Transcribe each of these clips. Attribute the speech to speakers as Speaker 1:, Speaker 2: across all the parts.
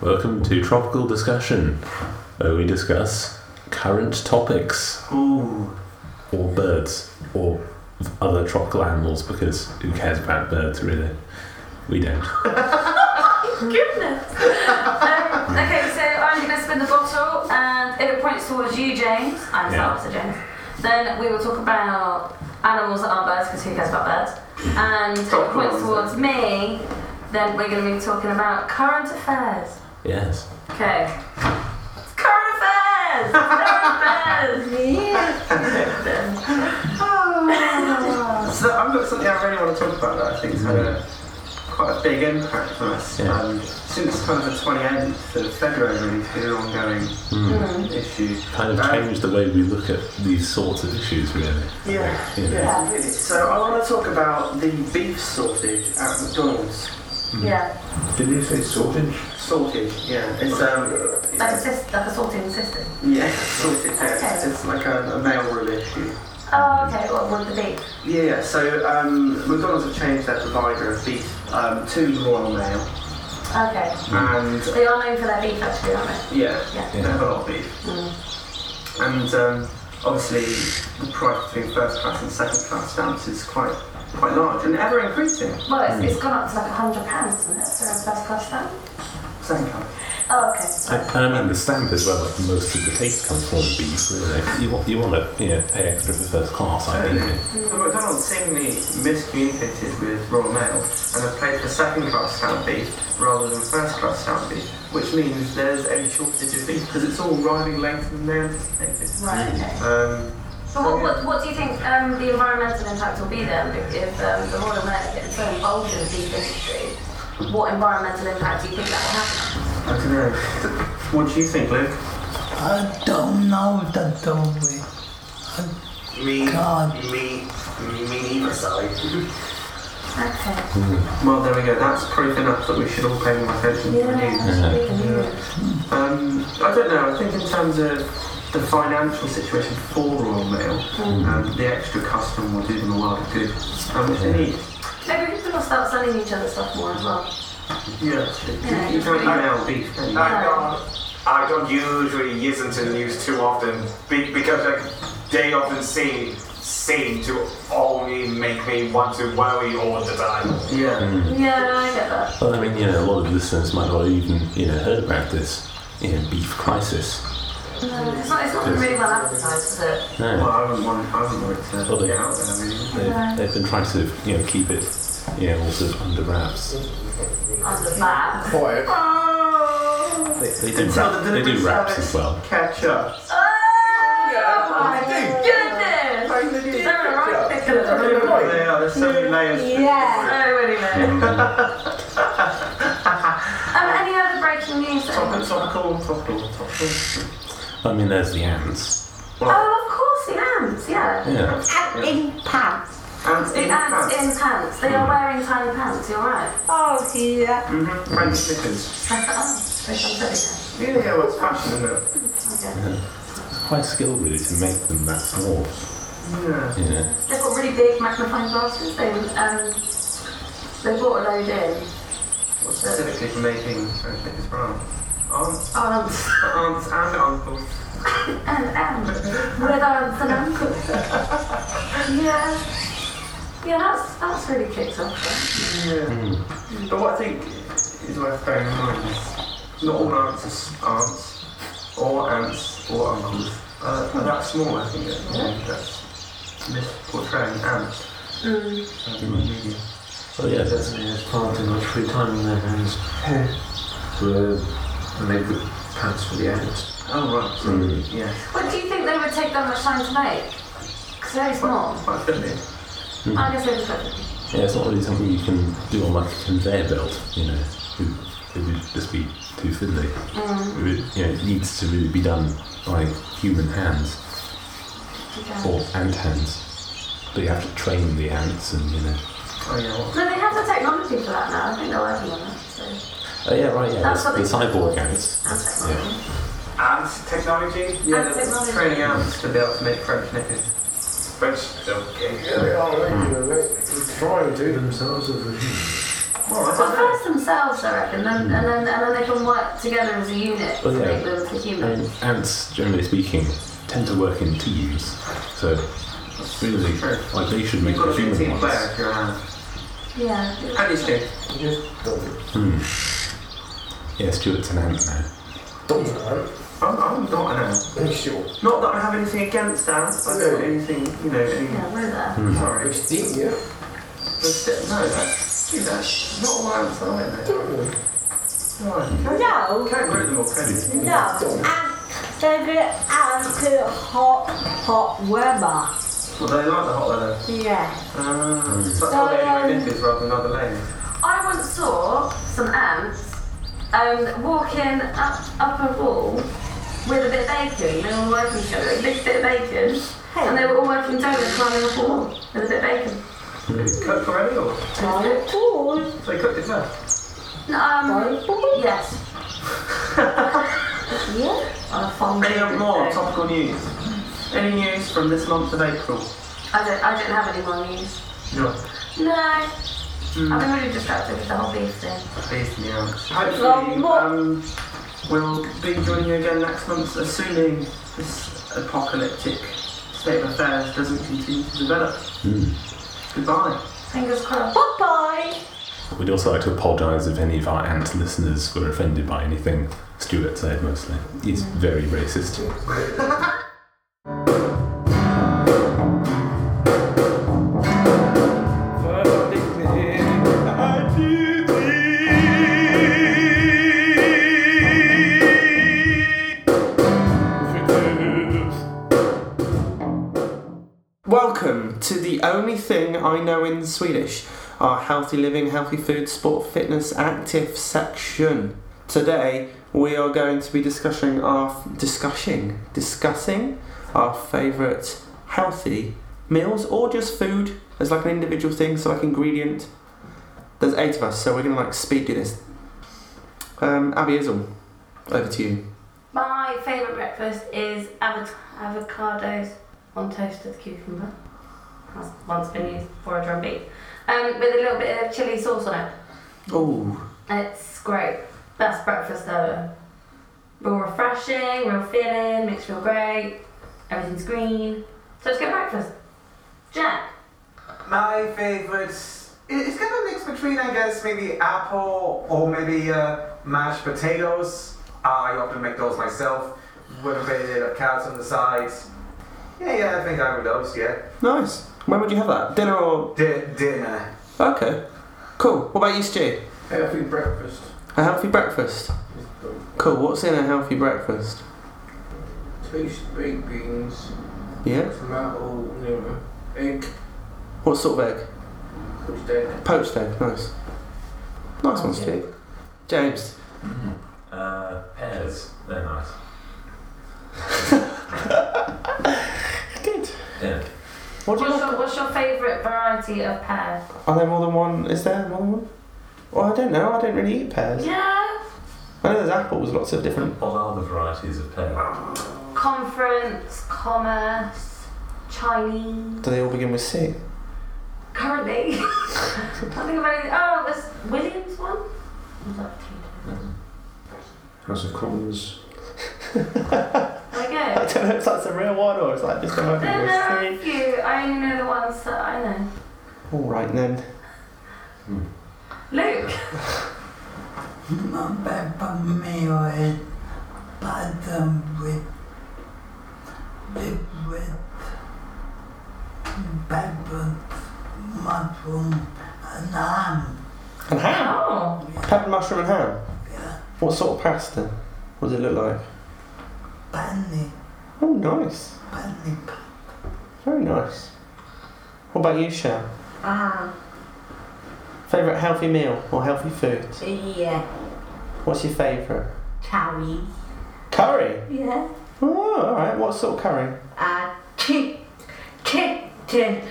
Speaker 1: to Tropical Discussion, where we discuss current topics
Speaker 2: Ooh.
Speaker 1: or birds or other tropical animals because who cares about birds really? We don't.
Speaker 3: Goodness. um, okay, so I'm going to spin the bottle, and if it points towards you, James, I'm
Speaker 1: Yeah.
Speaker 3: yeah. Sir James, then we will talk about animals that aren't birds, because who cares about birds? And if it
Speaker 2: Tropical
Speaker 3: points
Speaker 2: ones,
Speaker 3: towards me, then we're going to be talking about current affairs.
Speaker 1: Yes.
Speaker 3: Okay. Current affairs! Current affairs! Yes!
Speaker 2: So I've got something I really want to talk about that I think's had a quite a big impact on us.
Speaker 1: Yeah.
Speaker 2: Um, since kind of the 28th of February, really, it's been an ongoing issue.
Speaker 1: Hmm. Kind of
Speaker 2: Um,
Speaker 1: changed the way we look at these sorts of issues really.
Speaker 2: Yeah,
Speaker 1: Yeah.
Speaker 2: yeah. really. So I want to talk about the beef sausage at McDonald's.
Speaker 3: Yeah,
Speaker 4: Did you say sorted?
Speaker 2: Sausage, yeah. It's um,
Speaker 3: like a sis- like a sorting system.
Speaker 2: yeah, sausage. Yeah. It's,
Speaker 3: Okay.
Speaker 2: it's like a, a mailroom issue.
Speaker 3: Oh, okay, well, with the beak.
Speaker 2: Yeah, so um, McDonald's have changed their provider of beef um, to Royal Mail,
Speaker 3: Okay.
Speaker 1: Mm.
Speaker 2: and
Speaker 3: They are known for their beef, actually, aren't they?
Speaker 2: yeah,
Speaker 3: Yeah.
Speaker 2: they have a lot of beef. And um, obviously, the price between first class and second class stamps is quite quite large and ever increasing.
Speaker 3: Well, it's, it's gone up to like a hundred pounds, isn't it, for a first class stamp?
Speaker 2: Second class.
Speaker 3: Oh, okay.
Speaker 1: And, and I mean the stamp is where like most of the taste comes from beef really. You want you want to you know, pay extra for first class I think.
Speaker 2: So McDonald's seemingly miscommunicated with Royal Mail and have paid for second class stamp beef rather than first class stamp beef, which means there's a shortage of beef because it's all arriving later than they anticipated.
Speaker 3: Right, okay.
Speaker 2: Um,
Speaker 3: But what, what, what do you think um, the environmental impact will be then if um, the Royal Mail gets so involved in the beef industry? What environmental impact do you think that will have?
Speaker 2: I don't know. What do you think, Luke?
Speaker 4: I don't know that don't we.
Speaker 2: Me,
Speaker 4: God.
Speaker 2: me, me neither side.
Speaker 3: Okay.
Speaker 2: Well, there we go. That's proof enough that we should all pay more attention to the news. Um, I don't know. I think in terms of the financial situation for Royal Mail,
Speaker 1: Mm.
Speaker 2: um, the extra custom will do them a world of good. Um, How much they need?
Speaker 3: Maybe people will start selling each other stuff more as well.
Speaker 2: Yeah,
Speaker 3: Yeah.
Speaker 2: you can't email beef, can you?
Speaker 5: I don't. I don't usually use into the news too often be- because like they often seem seem to only make me want to worry all the time.
Speaker 3: Mm.
Speaker 1: Mm.
Speaker 2: Yeah.
Speaker 3: Yeah, no, I get that.
Speaker 1: Well I mean you know a lot of listeners might not have even you know heard about this you know beef crisis.
Speaker 3: No, it's not. It's not been really well advertised, is it?
Speaker 1: No.
Speaker 2: Well, I wouldn't want. I wouldn't want it
Speaker 1: Well, they-
Speaker 2: to get out there. Really.
Speaker 1: They've, they've been trying to, you know, keep it, you know, all sort of under wraps.
Speaker 3: Under that.
Speaker 4: Quiet.
Speaker 1: They, they do, rap, they do raps as well.
Speaker 2: Catch up.
Speaker 3: Oh my goodness!
Speaker 4: Hey, did you-
Speaker 3: They're a right pickle of them.
Speaker 4: Right.
Speaker 2: There, there's so
Speaker 3: Mm,
Speaker 2: many layers.
Speaker 3: So many layers. Um, any other breaking news? then?
Speaker 2: Topical, topical, topical, topical.
Speaker 1: I mean, there's the ants.
Speaker 3: Oh, of course the ants. Yeah.
Speaker 1: Yeah.
Speaker 6: Out in pants.
Speaker 2: And
Speaker 3: The ants in pants. They are wearing tiny pants. You're right.
Speaker 6: Oh dear.
Speaker 2: Mm-hmm. French knickers.
Speaker 3: Oh, they sound pretty
Speaker 2: Yeah, yeah, well, it's fashion, isn't it?
Speaker 3: good. Okay.
Speaker 1: Quite skilled, really, to make them that small.
Speaker 2: Yeah.
Speaker 1: You know.
Speaker 3: They've got really big magnifying glasses. They um, they bought a load in.
Speaker 2: Well, specifically for making French knickers for aunts. Aunts,
Speaker 3: Aunts
Speaker 2: for aunts and uncles.
Speaker 3: and aunts. With aunts and uncles. yeah. Yeah, that's that's really kicked off. then.
Speaker 2: Yeah. But what I think is worth bearing in mind is not all aunts are aunts, or aunts, or uncles. Uh, are that small, I think. Yeah. That's misportraying aunts.
Speaker 3: Hmm.
Speaker 2: Mm.
Speaker 1: So, yeah, that's,
Speaker 7: doesn't have far too much free time on their hands to uh, make the pants for the ants.
Speaker 2: Oh, right. So, Yeah.
Speaker 3: What do you think they would take that much time to make? Because they're very small.
Speaker 2: Quite friendly.
Speaker 3: I guess they would put
Speaker 1: yeah, it's not really something you can do on like a conveyor belt, you know. It, it would just be too fiddly.
Speaker 3: mm,
Speaker 1: It, would, you know, it needs to really be done by human hands
Speaker 3: together.
Speaker 1: or ant hands. But you have to train the ants and, you know.
Speaker 2: Oh, yeah. Well,
Speaker 3: No, they have the technology for that now. I think they're working on it. So
Speaker 1: Oh, yeah, right, yeah.
Speaker 3: That's
Speaker 1: The,
Speaker 3: what
Speaker 1: the
Speaker 3: they-
Speaker 1: cyborg ants.
Speaker 3: that's technology.
Speaker 5: And technology,
Speaker 2: yeah,
Speaker 3: And
Speaker 2: that's
Speaker 3: technology.
Speaker 2: training ants to be able to make French knickers.
Speaker 5: French. Okay.
Speaker 4: Yeah, they are regular, right? They try and do them.
Speaker 7: Themselves or the humans?
Speaker 2: Well, that's
Speaker 3: Well, first themselves, I reckon, then, and then and then they can work together as a unit
Speaker 1: Oh,
Speaker 3: to
Speaker 8: Well, yeah.
Speaker 3: make them to humans.
Speaker 1: Um,
Speaker 8: And ants, generally speaking, tend to work in teams, so really,
Speaker 2: Sure.
Speaker 8: like they should make
Speaker 2: You've got
Speaker 8: the
Speaker 2: to be a
Speaker 8: human
Speaker 2: team player
Speaker 8: ones.
Speaker 2: if you're around.
Speaker 3: Yeah.
Speaker 2: And it's good.
Speaker 9: You just don't do it.
Speaker 8: Yeah, Stuart's an ant now.
Speaker 9: Don't do it.
Speaker 2: I'm, I'm not an ant.
Speaker 9: I'm sure.
Speaker 2: Not that I have anything against ants. I don't have anything, you know, any,
Speaker 3: Yeah, we're there.
Speaker 2: sorry.
Speaker 9: Extinct, yeah.
Speaker 2: But still, no, that's, dude, that's not all ants are like that.
Speaker 9: Don't do it.
Speaker 2: No.
Speaker 10: No,
Speaker 2: Get rid of them all, can you?
Speaker 10: no. And David and the hot, hot weather.
Speaker 2: Well, they like the hot leather.
Speaker 10: Yeah. um,
Speaker 2: Ah, so that's how they make it is rather than other lane.
Speaker 3: I once saw some ants um, walking up, up a wall with a bit of bacon. They were all working each other, a big bit of bacon. And they were all working together climbing up a wall with a bit of bacon.
Speaker 2: Cooked already or?
Speaker 10: Not at all.
Speaker 2: So they cooked it first.
Speaker 3: Um,
Speaker 10: Not at all.
Speaker 3: yes.
Speaker 10: Yeah.
Speaker 3: On a farm.
Speaker 2: Any more topical news? Any news from this month of April?
Speaker 3: I don't, I don't have any more news.
Speaker 2: No.
Speaker 3: No. I've been really distracted with the whole beef thing.
Speaker 2: Please, yeah.
Speaker 10: Well,
Speaker 2: Hopefully,
Speaker 10: what-
Speaker 2: um, we'll be joining you again next month, assuming this apocalyptic state of affairs doesn't continue to develop. Goodbye.
Speaker 3: Fingers crossed.
Speaker 10: Bye-bye.
Speaker 8: We'd also like to apologise if any of our ant listeners were offended by anything Stuart said mostly. He's
Speaker 3: Mm.
Speaker 8: very racist.
Speaker 2: Welcome to the only thing I know in Swedish, our healthy living, healthy food, sport, fitness, active section. Today we are going to be discussing our discussing discussing our favourite healthy meals or just food as like an individual thing, so like ingredient. There's eight of us, so we're gonna like speed do this. Um, Abby Izzle, over to you.
Speaker 3: My favourite breakfast is avo- avocados on toasted cucumber. That's once been used for a drum beat. Um, with a little bit of chili sauce on it.
Speaker 2: Oh,
Speaker 3: It's great. Best breakfast ever. Real refreshing, real filling, makes you feel great. Everything's green. So it's good breakfast. Jack.
Speaker 5: My favorite. It's kind of a mix between, I guess, maybe apple or maybe uh, mashed potatoes. Uh, I often make those myself with a bit of carrots on the sides. Yeah, yeah, I think I would those. Yeah,
Speaker 2: nice. When would you have that? Dinner or
Speaker 5: Di- dinner.
Speaker 2: okay? Cool. Oh, What about you, Stu?
Speaker 9: Healthy breakfast.
Speaker 2: A healthy breakfast. Cool. What's in a healthy breakfast?
Speaker 9: Toast baked beans,
Speaker 2: Yeah.
Speaker 9: tomato, you know, egg,
Speaker 2: What sort of egg?
Speaker 9: poached egg.
Speaker 2: Poached egg. Nice. Nice one, Steve. James.
Speaker 11: Uh, pears. They're nice.
Speaker 2: Good.
Speaker 11: Yeah.
Speaker 2: What do you
Speaker 3: What's
Speaker 2: like?
Speaker 3: your, what's your favourite variety of pear?
Speaker 2: Are there more than one? Is there more than one? Well, I don't know. I don't really eat pears.
Speaker 3: Yeah.
Speaker 2: I know there's apples. Lots of different.
Speaker 11: What are the varieties of pear?
Speaker 3: Conference, commerce, Chinese.
Speaker 2: Do they all begin with C?
Speaker 3: Currently, I think I've only. Oh, it was Williams one? Was that two?
Speaker 11: House of Commons.
Speaker 3: There
Speaker 2: I
Speaker 3: we go.
Speaker 2: don't know if that's a real one or it's like just a
Speaker 3: There are a
Speaker 2: with C.
Speaker 3: few. I only know the ones that I know.
Speaker 2: All right then.
Speaker 3: Luke,
Speaker 4: My pepper meal is bottom with big with pepper, mushroom, and ham.
Speaker 2: And ham.
Speaker 3: oh,
Speaker 2: Pepper, mushroom, and ham.
Speaker 4: Yeah,
Speaker 2: What sort of pasta? What does it look like?
Speaker 4: panny,
Speaker 2: Oh, nice.
Speaker 4: panny.
Speaker 2: Very nice. What about you, Shell?
Speaker 10: Ah,
Speaker 2: Favorite healthy meal or healthy food?
Speaker 10: yeah.
Speaker 2: What's your favourite?
Speaker 10: Curry.
Speaker 2: Curry.
Speaker 10: Yeah.
Speaker 2: Oh, all right. What sort of curry?
Speaker 10: Uh, chick, chicken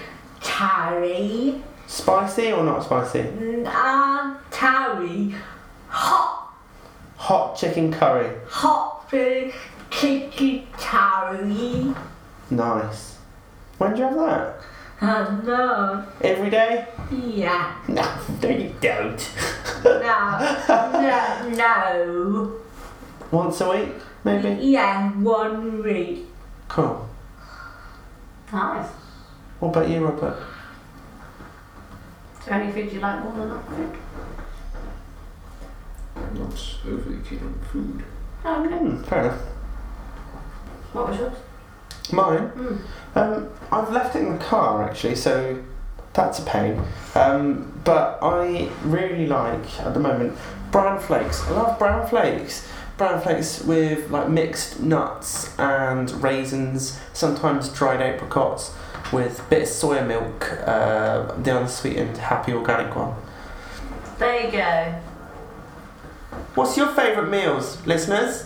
Speaker 10: curry.
Speaker 2: Spicy or not spicy?
Speaker 10: Uh, curry. Hot,
Speaker 2: Hot chicken curry.
Speaker 10: hot food, chicken curry.
Speaker 2: Nice. When do you have that?
Speaker 10: I love.
Speaker 2: Every day?
Speaker 10: Yeah.
Speaker 2: No, no, you don't.
Speaker 6: no, no,
Speaker 2: Once a week,
Speaker 6: no.
Speaker 10: Mm.
Speaker 2: maybe?
Speaker 6: Yeah, one week.
Speaker 2: Cool.
Speaker 3: Nice.
Speaker 2: What about you, Robert?
Speaker 3: Is there any food you like more than that food?
Speaker 12: I'm not overly keen on food.
Speaker 10: Um,
Speaker 3: Oh, okay.
Speaker 2: Hmm, fair enough.
Speaker 3: What was yours?
Speaker 2: Mine?
Speaker 3: Mm.
Speaker 2: Um, I've left it in the car actually, so that's a pain. Um, but I really like at the moment brown flakes. I love brown flakes. Brown flakes with like mixed nuts and raisins, sometimes dried apricots, with bit of soy milk, uh, the unsweetened happy organic one.
Speaker 3: There you go.
Speaker 2: What's your favourite meals, listeners?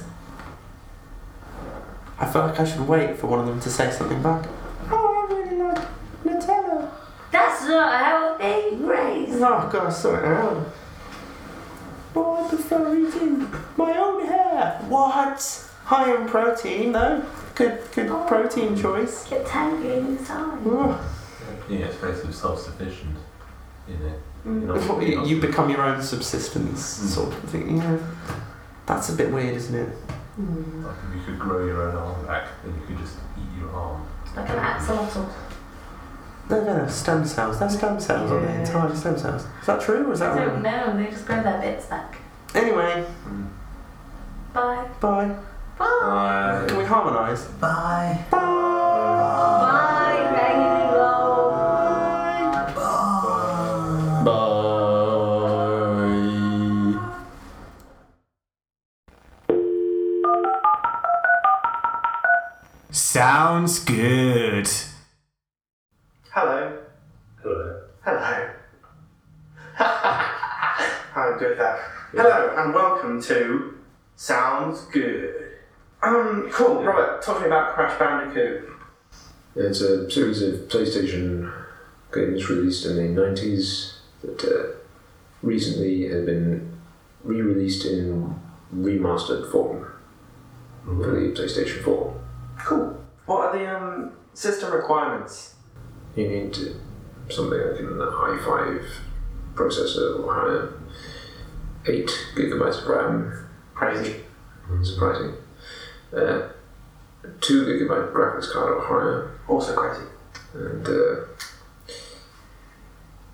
Speaker 2: I feel like I should wait for one of them to say something back. Oh, I really like Nutella.
Speaker 3: That's not healthy, Grace.
Speaker 2: Oh god, sort it out. Oh, I prefer eating my own hair. What? High in protein though. Good, good
Speaker 3: Oh.
Speaker 2: protein choice.
Speaker 3: Get tangy inside.
Speaker 2: Oh.
Speaker 8: Yeah, it's basically self-sufficient. You know,
Speaker 3: Mm.
Speaker 8: You're not-
Speaker 2: You,
Speaker 8: you're
Speaker 2: you
Speaker 8: not-
Speaker 2: become your own subsistence sort of thing. Yeah. That's a bit weird, isn't it?
Speaker 3: Mm.
Speaker 8: Like if you could grow your own arm back, then you could just eat your arm.
Speaker 3: Like an axolotl.
Speaker 2: No, no, no, stem cells. They're stem cells, aren't they?
Speaker 3: Yeah.
Speaker 2: Entirely stem cells. Is that true or is that
Speaker 3: I don't
Speaker 2: wrong?
Speaker 3: know, they just grow their bits back.
Speaker 2: Anyway,
Speaker 3: Bye.
Speaker 2: bye.
Speaker 3: Bye.
Speaker 8: Uh,
Speaker 2: Can we harmonise?
Speaker 4: Bye.
Speaker 3: Bye, Maggie Roll.
Speaker 8: Bye.
Speaker 5: Sounds good.
Speaker 13: Hello.
Speaker 11: Hello.
Speaker 13: Hello. I'm good at that. Hello and welcome to Sounds Good. Um, cool. Robert, talk to me about Crash Bandicoot.
Speaker 11: It's a series of PlayStation games released in the 90s that uh, recently have been re released in remastered form for
Speaker 9: Mm-hmm.
Speaker 11: the PlayStation 4.
Speaker 13: Cool. What are the um system requirements?
Speaker 11: You need to- something like an i5 processor or higher, 8 gigabytes of RAM,
Speaker 13: Crazy.
Speaker 11: surprising, uh, 2 gigabyte graphics card or higher.
Speaker 13: Also crazy.
Speaker 11: and uh,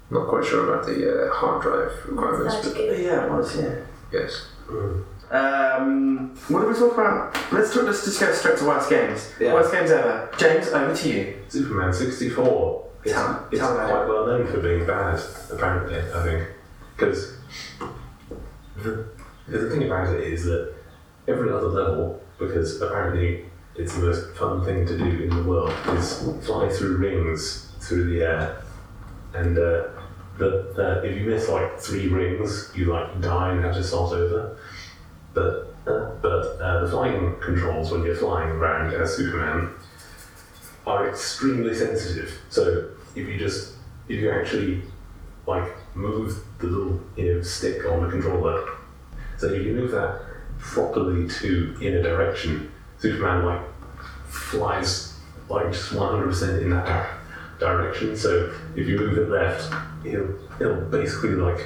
Speaker 11: not quite sure about the uh, hard drive requirements, but
Speaker 13: Yeah, it was. Yeah.
Speaker 11: yes.
Speaker 13: Um, what do we talk about? Let's talk. Let's just go straight to worst games.
Speaker 11: Yeah.
Speaker 13: Worst games ever. James, over to you.
Speaker 8: Superman 64. It's,
Speaker 13: Tell-
Speaker 8: it's
Speaker 13: tell me.
Speaker 8: quite well known for being bad, apparently, I think. Because the, the thing about it is that every other level, because apparently it's the most fun thing to do in the world, is fly through rings through the air. And uh, the, the, if you miss like three rings, you like die and have to start over. But, uh, but uh, the flying controls when you're flying around as Superman are extremely sensitive. So if you just if you actually like move the little you know stick on the controller, so if you move that properly to in a direction, Superman like flies like just one hundred percent in that di- direction. So if you move it left, it'll it'll basically like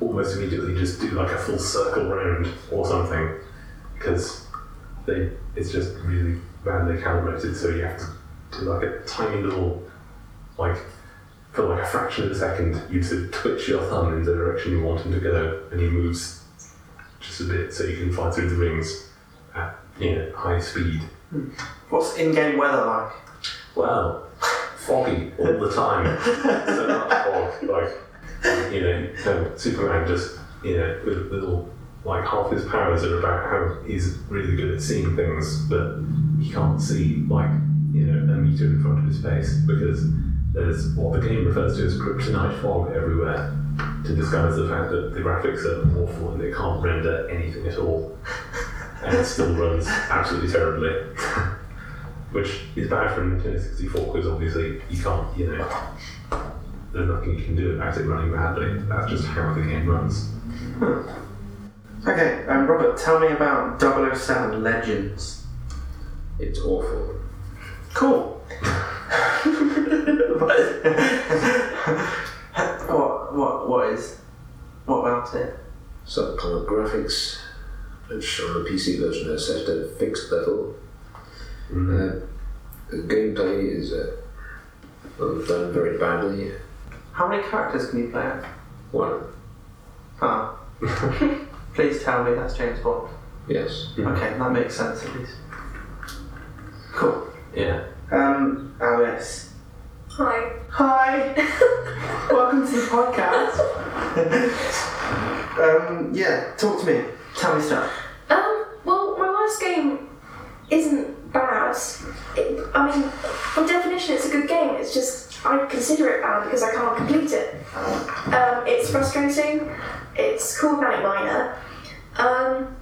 Speaker 8: almost immediately just do like a full circle round or something because they it's just really badly calibrated. So you have to to like a tiny little, like, for like a fraction of a second, you to twitch your thumb in the direction you want him to go, and he moves just a bit so you can fly through the rings at you know, high speed.
Speaker 13: What's in-game weather like?
Speaker 8: Well, foggy all the time. so much fog. Like, you know, um, Superman just, you know, with little, like half his powers are about how he's really good at seeing things, but he can't see, like, you know, a meter in front of his face because there's what the game refers to as kryptonite fog everywhere to disguise the fact that the graphics are awful and they can't render anything at all. and it still runs absolutely terribly which is bad for Nintendo 64 because obviously you can't, you know, there's nothing you can do about it running badly. That's just how the game runs.
Speaker 13: Okay, um, Robert, tell me about 007 Legends.
Speaker 11: It's awful.
Speaker 13: Cool. what, what, what is? What about it?
Speaker 11: subpar graphics, which on the PC version are set at a fixed level. Uh, the gameplay is uh, well, done very badly.
Speaker 2: How many characters can you play at?
Speaker 11: One,
Speaker 2: Ah. Please tell me that's James Bond.
Speaker 11: yes.
Speaker 2: Okay, that makes sense at least. Cool.
Speaker 8: Yeah.
Speaker 2: Um, Alice.
Speaker 14: Hi.
Speaker 2: Hi. Welcome to the podcast. um, yeah, talk to me. Tell me stuff.
Speaker 6: Um, well, my last game isn't bad. It, I mean, by definition, it's a good game. It's just I consider it bad because I can't complete it. Um, it's frustrating. It's called Manic Miner. Um,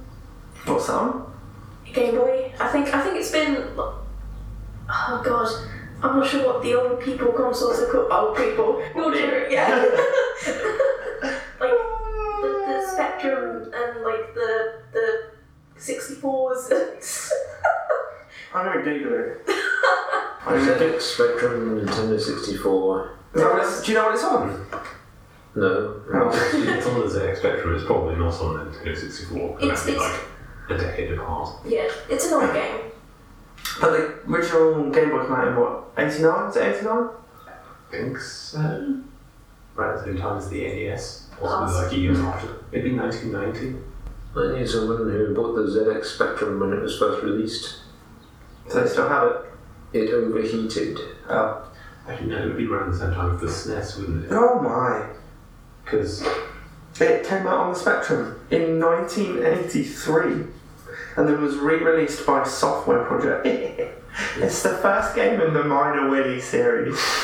Speaker 2: What's that on?
Speaker 6: Game Boy. I think I think it's been. Oh God, I'm not sure what the old people consoles are called. Old people. Old people, Yeah. like the, the Spectrum and like the the 64s.
Speaker 2: I'm gonna Google it.
Speaker 11: I said Spectrum, Nintendo 64.
Speaker 2: Is that what it's- do you know what it's on?
Speaker 11: No.
Speaker 2: Oh.
Speaker 8: it's on the ZX Spectrum, it's probably not on Nintendo 64. and
Speaker 6: It's-
Speaker 8: that'd be
Speaker 6: it's-
Speaker 8: like a decade apart.
Speaker 6: yeah, it's an old game.
Speaker 2: But the original Game Boy came out in what? 89? Is it 89?
Speaker 8: I think so. Right at the same time as the NES. Or something like a year after. Maybe 1990.
Speaker 11: I knew someone who bought the ZX Spectrum when it was first released.
Speaker 2: Do they still have it?
Speaker 11: It overheated.
Speaker 2: Oh.
Speaker 8: Actually, no, it would be around the same time as the SNES, wouldn't it?
Speaker 2: Oh my.
Speaker 8: Because
Speaker 2: It came out on the Spectrum in 1983 and then was re released by Software Project. it's the first game in the Minor Willy series.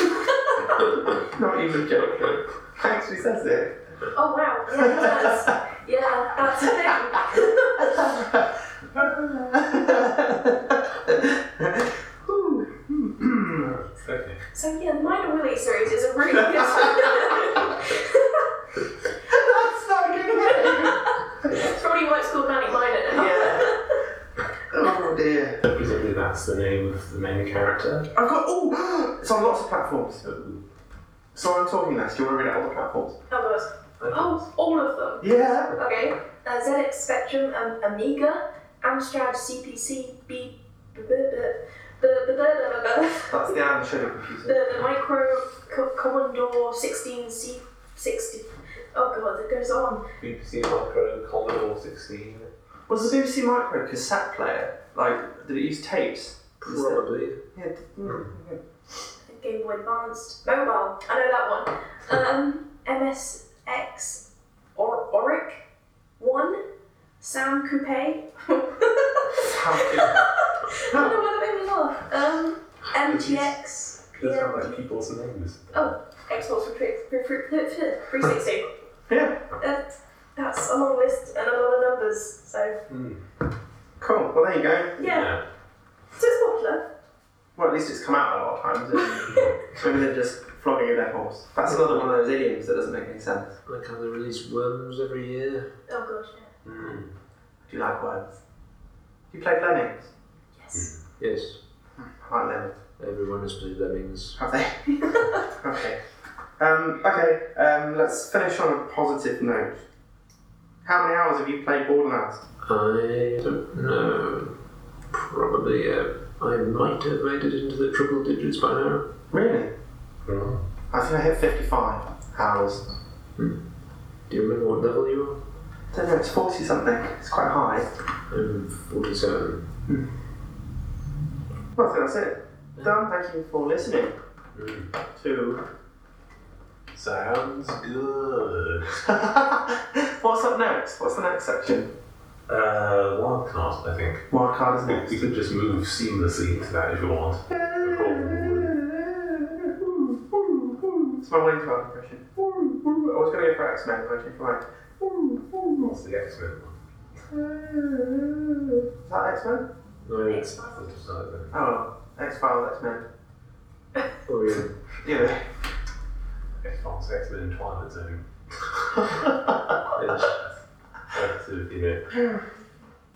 Speaker 2: Not even joking. Actually says it.
Speaker 6: Oh wow. Yeah, it does. yeah, that's a thing.
Speaker 8: okay.
Speaker 6: So yeah, the Minor Willy series is a really good. That's
Speaker 2: not a
Speaker 6: good name. It's probably why it's called Manic Miner now.
Speaker 2: Yeah. Oh dear.
Speaker 8: So presumably that's the name of the main character.
Speaker 2: I've got. Oh! It's on lots of platforms. So I'm talking less. Do you want to read out all the platforms?
Speaker 6: Oh, God. Oh, all of them.
Speaker 2: Yeah.
Speaker 6: Okay. Uh, ZX Spectrum, um, Amiga, Amstrad CPC, B, the the
Speaker 2: That's the Anne Sugar computer.
Speaker 6: the micro Co- Commodore 16 C 60. Oh god, it goes on.
Speaker 8: BBC Micro Commodore 16.
Speaker 2: Was the BBC Micro cassette player? Like, did it use tapes?
Speaker 11: Probably.
Speaker 2: Yeah. it did. Yeah.
Speaker 6: Game Boy Advanced, mobile. I know that one. Um, MSX, or Oric, one, Sam Coupe. I don't know why that made me laugh. Um, MTX.
Speaker 8: Those sound like people's names.
Speaker 6: Oh, Xbox for Tri- for- for- for- for 360.
Speaker 2: Yeah.
Speaker 6: That, Uh, that's a long list and a lot of numbers, so
Speaker 8: Hmm.
Speaker 2: Cool. Well, there you go.
Speaker 6: yeah. So it's popular.
Speaker 2: Well, at least it's come out a lot of times. Maybe they're just flogging a dead horse. That's another one of those idioms that doesn't make any sense.
Speaker 11: Like how they release worms every year.
Speaker 6: Oh gosh, yeah.
Speaker 2: Do you like words? You played Lemmings?
Speaker 6: Yes.
Speaker 11: Yes,
Speaker 2: I like Lemmings.
Speaker 11: everyone has played Lemmings.
Speaker 2: Have they? okay. Um, okay, um, let's finish on a positive note. How many hours have you played Borderlands?
Speaker 11: I don't know. Probably, uh, I might have made it into the triple digits by now.
Speaker 2: Really?
Speaker 8: Oh.
Speaker 2: I think I hit 55 hours.
Speaker 11: Do you remember what level you
Speaker 2: don't know, it's 40 something. It's quite high.
Speaker 11: are? I'm 47.
Speaker 2: Well, I think that's it. Done. Thank you for listening to.
Speaker 8: Sounds good.
Speaker 2: What's up next? What's the next section?
Speaker 8: Uh, Wildcast, I think.
Speaker 2: Wildcard is
Speaker 8: We
Speaker 2: next.
Speaker 8: could just move seamlessly into that if you want.
Speaker 2: It's my Wayne's World impression. I was going to go for X Men, but I changed my mind.
Speaker 8: What's the X Men
Speaker 2: Is that X Men?
Speaker 11: No, it's-
Speaker 6: Thanks, Mark.
Speaker 2: Oh,
Speaker 8: one?
Speaker 2: X Files, X Men.
Speaker 11: oh yeah.
Speaker 2: Yeah.
Speaker 8: X Files, X Men, Twilight Zone. Uh, sort of, you know,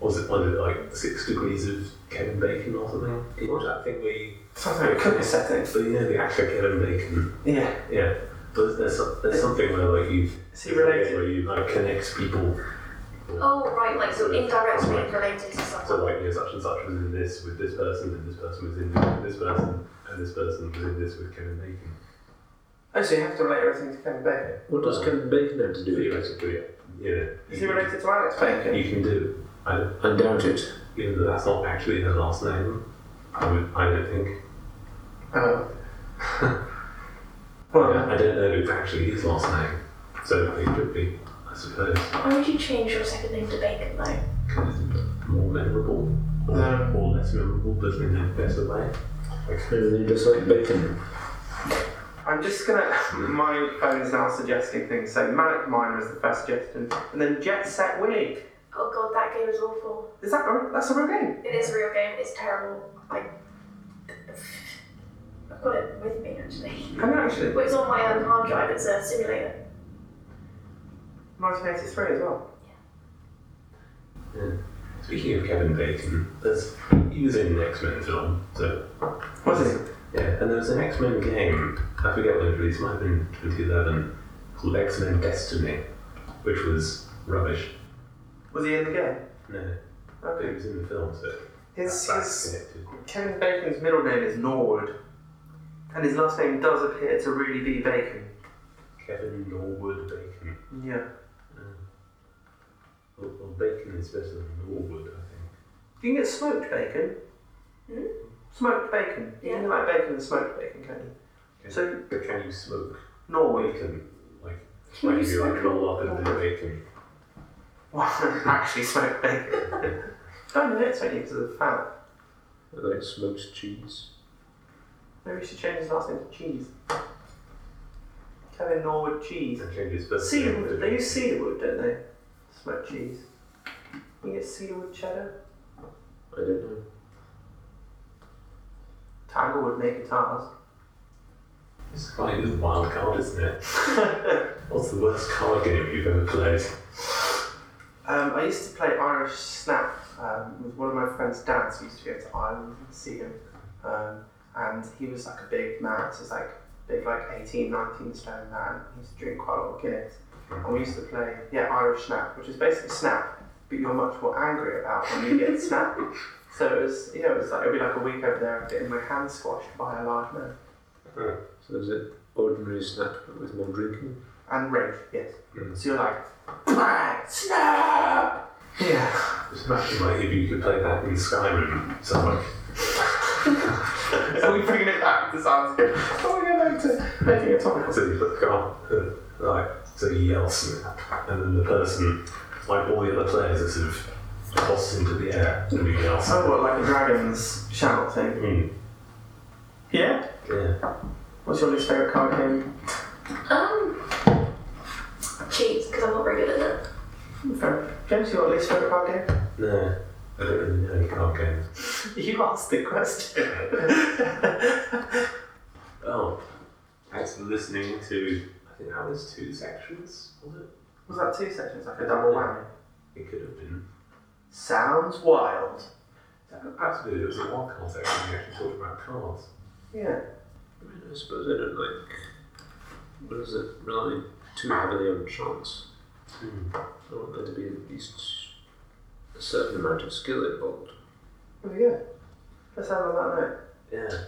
Speaker 8: was it one of the, like six degrees of Kevin Bacon or something? You watch that thing where you,
Speaker 2: Something that could be setting.
Speaker 8: but you know the actor Kevin Bacon.
Speaker 2: Yeah.
Speaker 8: Yeah, but there's some, there's something where like you
Speaker 2: Is he related?
Speaker 8: where you like connect people
Speaker 6: Oh, right, like so indirectly related to
Speaker 8: So
Speaker 6: someone.
Speaker 8: like, you know, such and such was in this with this person, and this person was in this with this person, and this person was in this with Kevin Bacon.
Speaker 2: Oh, so you have to relate everything to Kevin Bacon.
Speaker 11: What does Kevin Bacon have to do with it?
Speaker 8: Theoretically, you know,
Speaker 2: Is he related to Alex Bacon?
Speaker 8: you can do. I don't,
Speaker 11: I doubt it.
Speaker 8: even though that's not actually her last name, I would, I don't think.
Speaker 2: Oh.
Speaker 8: Well, I don't know if it's actually his last name, so it could be, I suppose,
Speaker 6: Why would you change your second name to Bacon though?
Speaker 8: more memorable or,
Speaker 1: Um,
Speaker 8: or less memorable, but in a better way.
Speaker 11: Maybe they just like bacon.
Speaker 2: I'm just gonna. My phone is now suggesting things. So Manic Miner is the first suggestion, and then Jet Set Willy.
Speaker 6: Oh god, that game is awful.
Speaker 2: Is that a, that's a real game?
Speaker 6: It is a real game, it's terrible. Like I've got it with me actually.
Speaker 2: Can you actually?
Speaker 6: Well, it's on my um, hard drive, it's a simulator.
Speaker 2: 1983 as well.
Speaker 8: Yeah. Speaking of Kevin Bacon, there's, he was in an X Men film, so
Speaker 2: Was it?
Speaker 8: yeah, and there was an X Men game. I forget when it was released. Might have been 2011, called X Men Destiny, which was rubbish.
Speaker 2: Was he in the game?
Speaker 8: No, but it
Speaker 2: Okay.
Speaker 8: was in the film, so
Speaker 2: His,
Speaker 8: that's
Speaker 2: his
Speaker 8: connected.
Speaker 2: Kevin Bacon's middle name is Norwood, and his last name does appear to really be Bacon.
Speaker 8: Kevin Norwood Bacon.
Speaker 2: Yeah.
Speaker 8: Well, well, Bacon is better than Norwood, I think.
Speaker 2: You can get smoked bacon.
Speaker 6: Hmm?
Speaker 2: Smoked bacon. You can get like bacon and smoked bacon, can't you?
Speaker 8: Okay.
Speaker 2: So
Speaker 8: But can you smoke
Speaker 2: Norway.
Speaker 8: bacon? Like,
Speaker 6: Can
Speaker 8: like
Speaker 6: you
Speaker 8: you like
Speaker 6: smoke
Speaker 8: roll up and do bacon?
Speaker 2: actually smoked bacon. Don't admit to you because of the fat.
Speaker 11: I like smoked cheese.
Speaker 2: Maybe we should change his last name to cheese. Kevin Norwood cheese.
Speaker 8: And change his first name to
Speaker 2: Cedarwood. They use cedarwood, don't they? Smoked cheese. You get cedarwood cheddar.
Speaker 11: I don't know.
Speaker 2: Tanglewood make guitars.
Speaker 8: It's quite a wild card, isn't it? What's the worst card game you've ever played?
Speaker 2: Um, I used to play Irish Snap um, with one of my friends' dads. We used to go to Ireland and see him. Um, and he was like a big man, so he's like big, like 18, 19 stone man. He used to drink quite a lot of Guinness. And we used to play, yeah, Irish Snap, which is basically Snap, but you're much more angry about when you get Snap. So it was, yeah, it was like, it'd be like a week over there of getting my hand squashed by a large man.
Speaker 11: So is it ordinary snap but with more drinking?
Speaker 2: And rage, yes.
Speaker 8: Mm.
Speaker 2: So you're like, bang, snap! Yeah.
Speaker 8: Just imagine like if you could play that in Skyrim. So like,
Speaker 2: Are we bringing it back to sounds good? Are we going back to making a topical?
Speaker 8: so you put the card, uh, like, so you yell snap, and then the person, like all the other players, are sort of tossed into the air, and you yell snap.
Speaker 2: Oh, what, like a dragon's shout thing?
Speaker 8: Mm.
Speaker 2: Yeah?
Speaker 8: Yeah.
Speaker 2: What's your least favourite card game?
Speaker 6: Um cheats, because I'm not very good at it.
Speaker 2: Fair. James, your least favourite card game?
Speaker 8: No, I don't really know any card games.
Speaker 2: You asked the question.
Speaker 8: Oh, thanks for listening to. I think that was two sections, was it?
Speaker 2: Was that two sections? Like a double whammy?
Speaker 8: It could have been.
Speaker 2: Sounds wild.
Speaker 8: Absolutely, it was a wild card section. We actually talked about cards.
Speaker 2: Yeah.
Speaker 11: I mean, I suppose I don't like. What does it rely too heavily on chance? I want there to be at least a certain amount of skill involved.
Speaker 2: Oh, yeah. Let's have on that note.
Speaker 8: Yeah.